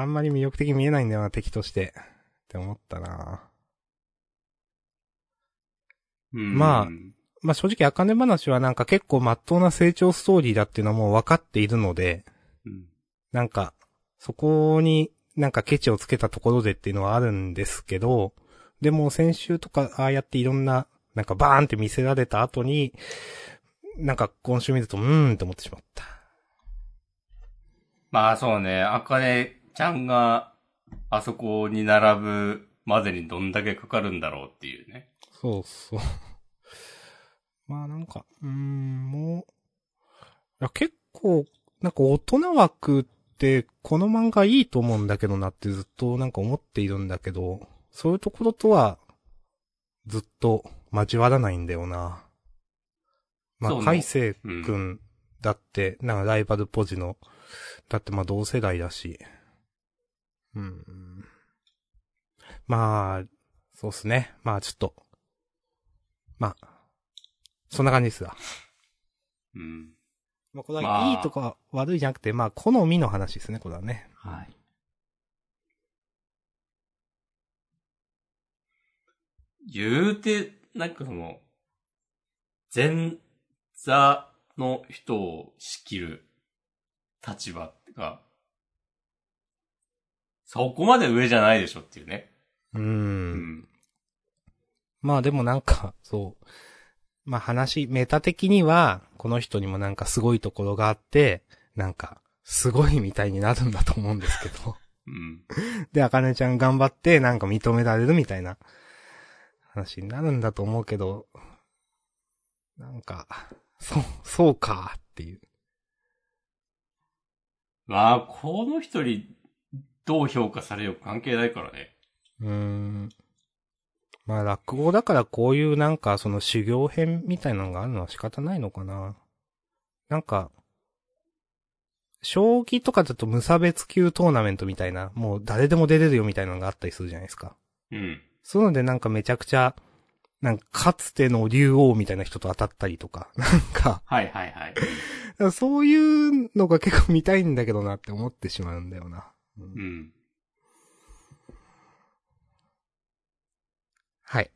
S2: あんまり魅力的に見えないんだよな、敵として。って思ったな
S1: うん
S2: まあまあ正直、あかね話はなんか結構真っ当な成長ストーリーだっていうのはもう分かっているので、
S1: うん。
S2: なんか、そこになんかケチをつけたところでっていうのはあるんですけど、でも先週とか、ああやっていろんな、なんかバーンって見せられた後に、なんか今週見ると、うーんって思ってしまった。
S1: まあそうね、あかねちゃんがあそこに並ぶまでにどんだけかかるんだろうっていうね。
S2: そうそう。 まあなんか、うーん、もう、いや結構、なんか大人枠ってこの漫画いいと思うんだけどなってずっとなんか思っているんだけど、そういうところとはずっと交わらないんだよな。ま
S1: そう
S2: あ、
S1: ね
S2: 海星く
S1: うん
S2: んだって、なんかライバルポジの、だってまあ同世代だし。うん。まあ、そうっすね。まあちょっと。まあ、そんな感じですわ。
S1: うん。
S2: まあこれ
S1: まあ
S2: はいいとか悪いじゃなくて、まあ好みの話ですね、これはね。
S1: はい。言うて、なんかその、前座の人を仕切る立場が、そこまで上じゃないでしょっていうね。
S2: う。。
S1: うん
S2: まあでもなんか、そう。まあ話、メタ的には、この人にもなんかすごいところがあって、なんか、すごいみたいになるんだと思うんですけど。
S1: うん。
S2: で、あかねちゃん頑張って、なんか認められるみたいな話になるんだと思うけど、なんか、そう、そうかっていう。
S1: まあ、この人にどう評価されようか関係ないからね。
S2: うーん。まあ、落語だからこういうなんか、その修行編みたいなのがあるのは仕方ないのかな。なんか、将棋とかだと無差別級トーナメントみたいな、もう誰でも出れるよみたいなのがあったりするじゃないですか。
S1: うん。
S2: そういうのでなんかめちゃくちゃ、なんかかつての竜王みたいな人と当たったりとか、 なんか、
S1: はいはいはい。
S2: そういうのが結構見たいんだけどなって思ってしまうんだよな。うん
S1: うん。
S2: はい。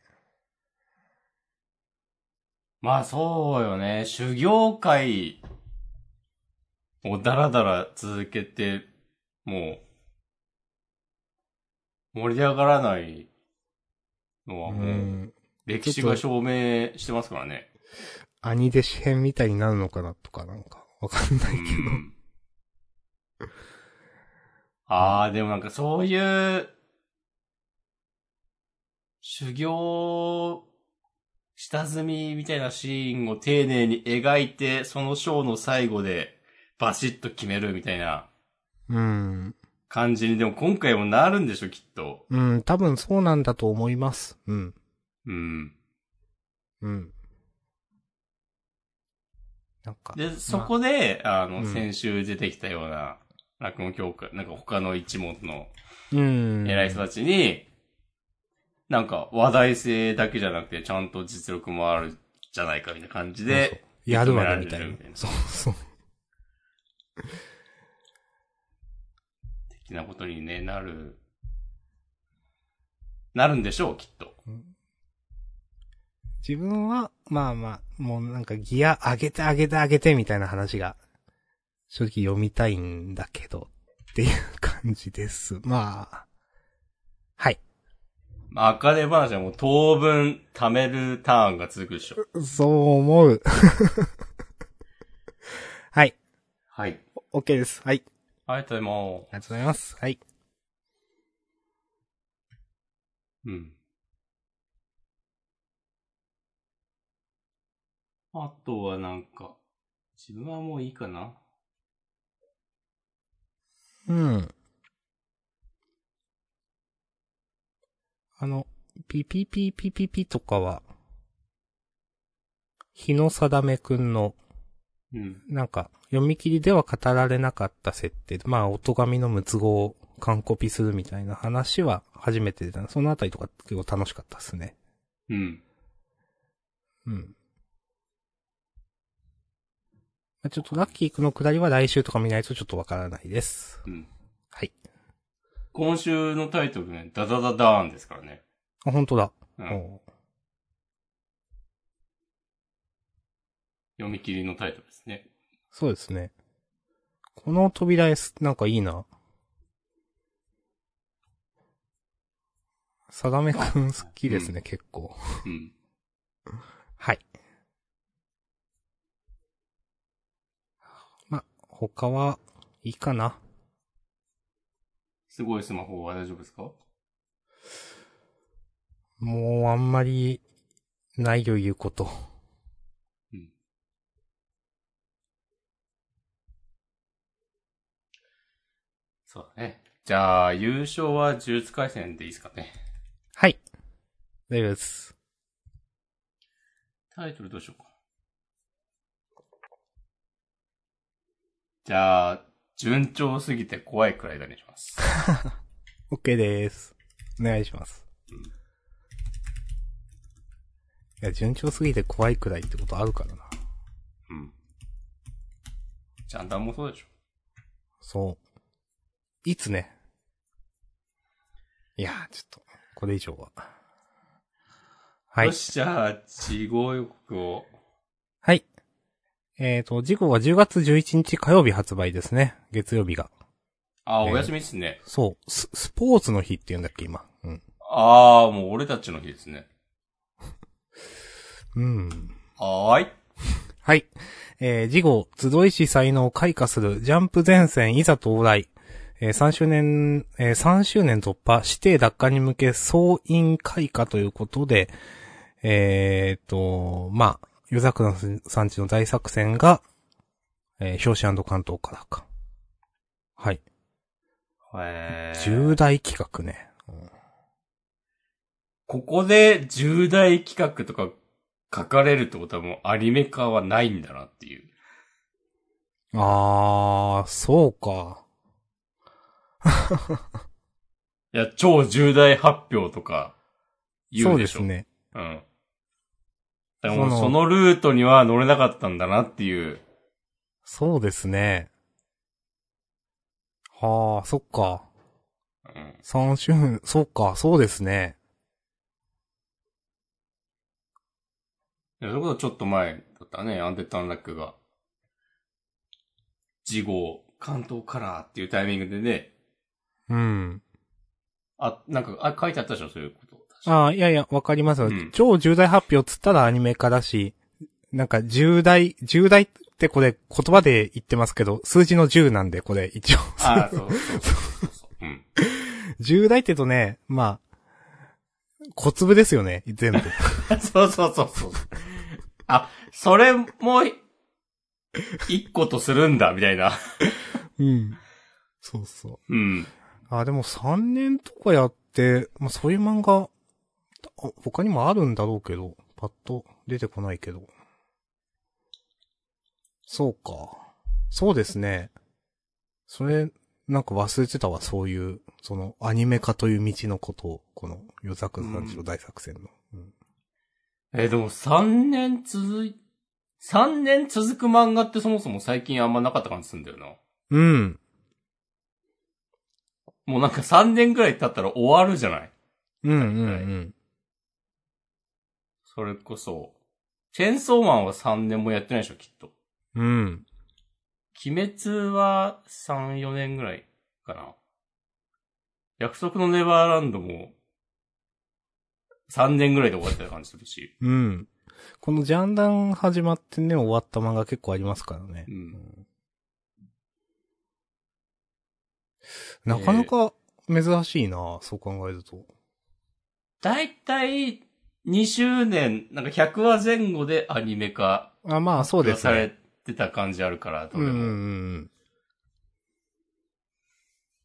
S1: まあそうよね。修行会をダラダラ続けて、もう、盛り上がらないのは
S2: う
S1: もう、
S2: ん。
S1: 歴史が証明してますからね。
S2: 兄弟子編みたいになるのかなとかなんか、わかんな
S1: う
S2: いけ
S1: ん。
S2: ど。
S1: ああ、でもなんかそういう、修行、下積みみたいなシーンを丁寧に描いて、その章の最後でバシッと決めるみたいな
S2: うん。
S1: 感じに、でも今回もなるんでしょ、きっと。
S2: うん、多分そうなんだと思います。うん。
S1: うん。
S2: うん。なんか。
S1: で、そこで、あの、
S2: うん
S1: 先週出てきたような、落語協会、なんか他の一門の
S2: うん。
S1: 偉い人たちに、なんか話題性だけじゃなくて、ちゃんと実力もあるじゃないかみたいな感じで、
S2: そうそうやるわね、みたい
S1: 認められてる
S2: な
S1: みたい。な
S2: そうそう。
S1: 的なことにね、なる、なるんでしょう、きっと。
S2: 自分は、まあまあ、もうなんかギア上げて上げて上げてみたいな話が、正直読みたいんだけど、っていう感じです。 まあ。はい。
S1: まあ、赤で話はもう当分貯めるターンが続くでしょう。
S2: そう思う。 はい。
S1: はい。
S2: OK です。はい。
S1: ありがとうございま
S2: ありがとうございます。はい。
S1: す。うん。あとはなんか、自分はもういいかな。
S2: うん。あの、ピピピピピピとかは、日野定めくんの、
S1: うん。
S2: なんか、読み切りでは語られなかった設定で、まあ、音神の六つ子を完コピするみたいな話は初めて出た。そのあたりとか結構楽しかったですね。
S1: うん。
S2: うん。まあ、ちょっとラッキーくんの下りは来週とか見ないとちょっとわからないです。
S1: うん。
S2: はい。
S1: 今週のタイトルね、ダダダダーンですからね。
S2: あ、本当だ。
S1: うん
S2: おう
S1: 読み切りのタイトルですね。
S2: そうですね。この扉絵す、なんかいいな。さだめくん好きですね、結構。
S1: うん。
S2: はい。ま、他は、いいかな。
S1: すごいスマホは大丈夫ですか
S2: もうあんまり、ないよ言うこと。
S1: そうだね。じゃあ、優勝は呪術回戦でいいですかね。
S2: はい。大丈夫です。
S1: タイトルどうしようか。じゃあ、順調すぎて怖いくらいだにし ます。
S2: OK です。お願いします。いや、順調すぎて怖いくらいってことあるからな。
S1: うん。ジャンダンもそうでしょ。
S2: そう。いつね。いやー、ちょっと、これ以上は。はい
S1: よ。し、じゃあ、地獄予告を。
S2: はい。えっ、と、時刻は10月11日火曜日発売ですね。月曜日が。
S1: あ、
S2: えー
S1: お休みっすね。
S2: そう、ス、スポーツの日って言うんだっけ、今。うん。
S1: あー、もう俺たちの日ですね。
S2: うん。
S1: はーい。
S2: はい。えー、次号、集いし才能を開花する、ジャンプ前線いざ到来。えー、3周年、えー、3周年突破、指定奪還に向け、総員開花ということで、えーと、まあ、夜桜さんちの大作戦が、えー、表紙関東からか。はい。
S1: えー
S2: 重大企画ね。
S1: ここで重大企画とか書かれるってことはもうアニメ化はないんだなっていう。
S2: あー、そうか。
S1: いや、超重大発表とか言
S2: そううで
S1: でしょ。
S2: すね。
S1: うん。でも
S2: その
S1: そのルートには乗れなかったんだなっていう。
S2: そうですね。はあ、そっか。
S1: うん。
S2: 三周年、そうか、そうですね。
S1: いやそれこそちょっと前だったね、アンデッド・アンラックが。次号、関東カラーっていうタイミングでね、
S2: うん。
S1: あ、なんか、あ、書いてあったでしょ、そういうこと。
S2: ああ、いやいや、わかりますよ、
S1: うん
S2: 超重大発表っつったらアニメ化だし、なんか重大、重大ってこれ言葉で言ってますけど、数字の10なんで、これ一応。
S1: あそうそうそうそうそう。うん。
S2: 重大って言うとね、まあ、小粒ですよね、全部。
S1: そうそうそうそう。あ、それも、一個とするんだ、みたいな。
S2: うん。そうそう。
S1: うん。
S2: あ、でも3年とかやって、まあ、そういう漫画、あ他にもあるんだろうけど、パッと出てこないけど。そうか。そうですね。それ、なんか忘れてたわ、そういう、その、アニメ化という道のことを、この、夜桜さんちの大作戦の。うん
S1: えーでも3年続い、3年続く漫画ってそもそも最近あんまなかった感じするんだよな。
S2: うん。
S1: もうなんか3年ぐらい経ったら終わるじゃない
S2: うん、うん、う
S1: はい
S2: ん。
S1: それこそ、チェンソーマンは3年もやってないでしょ、きっと。
S2: うん。
S1: 鬼滅は3、4年ぐらいかな。約束のネバーランドも3年ぐらいで終わってた感じするし。
S2: うん。このジャンダン始まってね、終わった漫画結構ありますからね。
S1: うん
S2: なかなか珍しいな、そう考えると。
S1: だいたい2周年、なんか100話前後でアニメ化
S2: あ、まあ、そうです
S1: さ
S2: ね。
S1: れてた感じあるから、ど
S2: うん
S1: れ
S2: う
S1: も。
S2: んうん。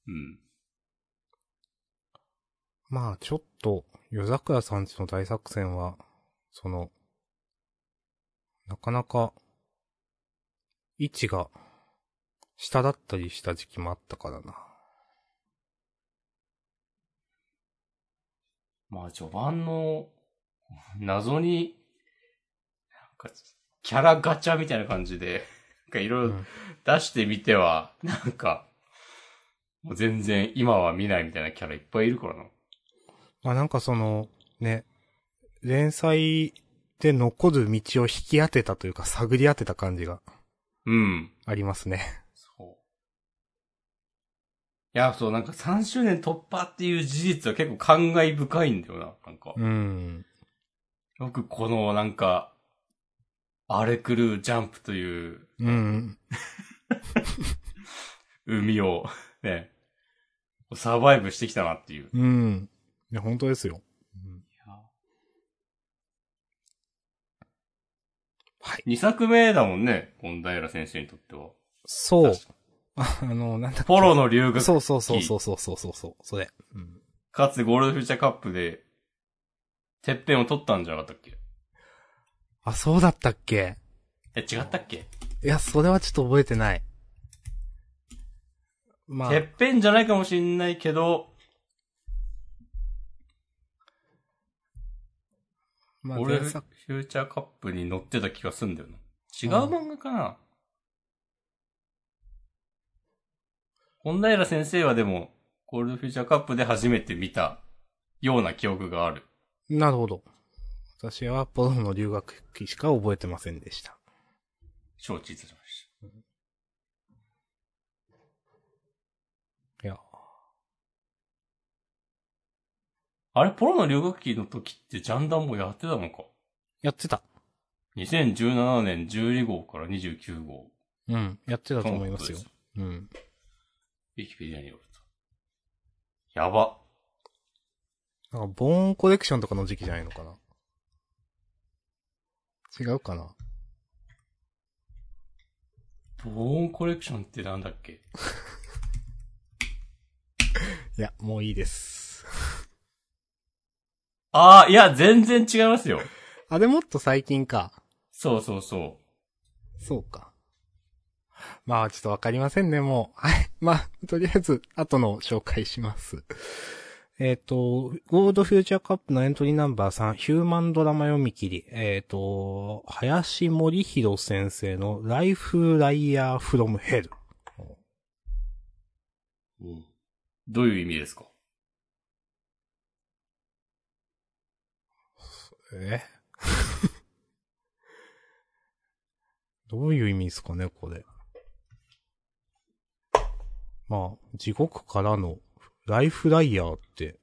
S1: うん
S2: まあ、ちょっと、夜桜さんちの大作戦は、その、なかなか、位置が、下だったりした時期もあったからな。
S1: まあ、序盤の、謎に、なんか、キャラガチャみたいな感じで、なんかいろいろ
S2: うん
S1: 出してみては、なんか、もう全然今は見ないみたいなキャラいっぱいいるからな。
S2: まあなんかその、ね、連載で残る道を引き当てたというか探り当てた感じが
S1: うん。
S2: ありますね。
S1: そう。や、そう、なんか3周年突破っていう事実は結構感慨深いんだよな、なんか。
S2: うん。
S1: よくこの、なんか、荒れ狂うジャンプという
S2: うん。
S1: 海を、 ね、サバイブしてきたなっていう。
S2: うん。いや、本当ですよ。はい。
S1: 2作目だもんね、本平先生にとっては。
S2: そう
S1: 確。
S2: ああの、なんだっ
S1: ポロの留
S2: け。
S1: 学、
S2: そうそうそうそうそうそうそうそう。それ。うん。
S1: かつゴールドフューチャーカップで、てっぺんを取ったんじゃなかったっけ
S2: あ、そうだったっけ
S1: え、違ったっけ
S2: いや、それはちょっと覚えてない。まあ
S1: てっ、ぺんじゃないかもしんないけど、
S2: まあ、
S1: ゴールド
S2: 前作、
S1: フューチャーカップに載ってた気がすんだよな。違う漫画かな本平先生はでも、ゴールドフューチャーカップで初めて見たような記憶がある。
S2: なるほど。私はポロの留学期しか覚えてませんでした。
S1: 承知いたしまし
S2: いや、
S1: た。あれ、ポロの留学期の時ってジャンダンもやってたのか
S2: やってた。
S1: 2017年12号から29号。
S2: うん、やってたと思いますよ
S1: そのこ。
S2: うん。
S1: ウィキペディアによると。やば。
S2: なんか、ボーンコレクションとかの時期じゃないのかな。違うかな。
S1: ボーンコレクションってなんだっけ
S2: いや、もういいです。
S1: ああ、いや、全然違いますよ。
S2: あれもっと最近か。
S1: そうそうそ
S2: そうか。まあ、ちょっとわかりませんね、もう。はい。 まあ、とりあえず、後の紹介します。えっ、と、ゴールドフューチャーカップのエントリーナンバー3、ヒューマンドラマ読み切り。えっ、と、林森弘先生のライフライヤーフロムヘル。
S1: う。どういう意味ですか
S2: え どういう意味ですかね、これ。まあ、地獄からのライフライヤーって、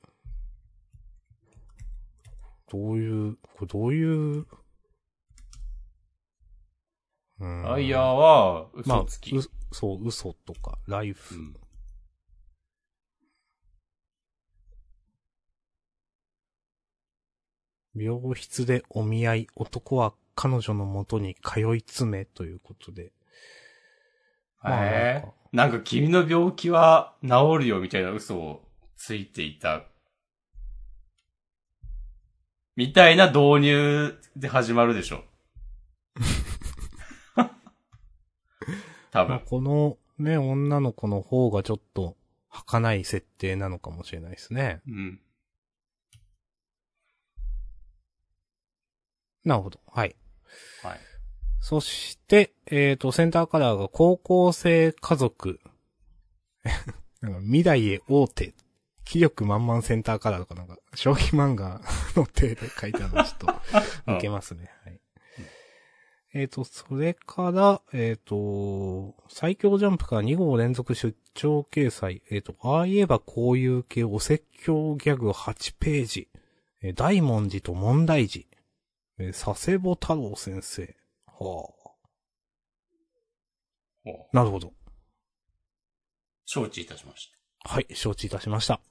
S2: どういう、これどういう、うん
S1: ライヤーは、
S2: ま
S1: 嘘
S2: あ、う
S1: つき。
S2: そう、嘘とか、ライフ、
S1: うん
S2: 病室でお見合い、男は彼女の元に通い詰めということで。まあなん
S1: へ
S2: か
S1: え。なんか君の病気は治るよみたいな嘘をついていた。みたいな導入で始まるでし ょ。多
S2: まあ、
S1: 分。
S2: このね、女の子の方がちょっと、儚い設定なのかもしれないですね。
S1: うん。
S2: なるほど。はい。
S1: はい。
S2: そして、えっ、と、センターカラーが高校生家族。 なんか未来へ大手。気力満々センターカラーとかなんか、将棋漫画の手で書いてあるのちょっと、受けますね。はい。えっ、と、それから、えっ、と、最強ジャンプから2号連続出張掲載。えっ、と、ああ言えばこういう系お説教ギャグ8ページ。えー大文字と問題児。えー佐世保太郎先生。はあ。
S1: お
S2: なるほど。
S1: 承知いたしました。
S2: はい、承知いたしました。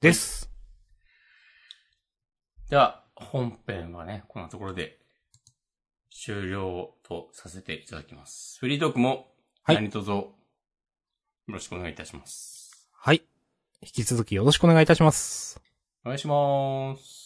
S2: です。
S1: では、本編はね、こんなところで終了とさせていただきます。フリートークも
S2: はい
S1: 何卒よろしくお願いいたします。
S2: はい。引き続きよろしくお願いいたします。
S1: お願いします。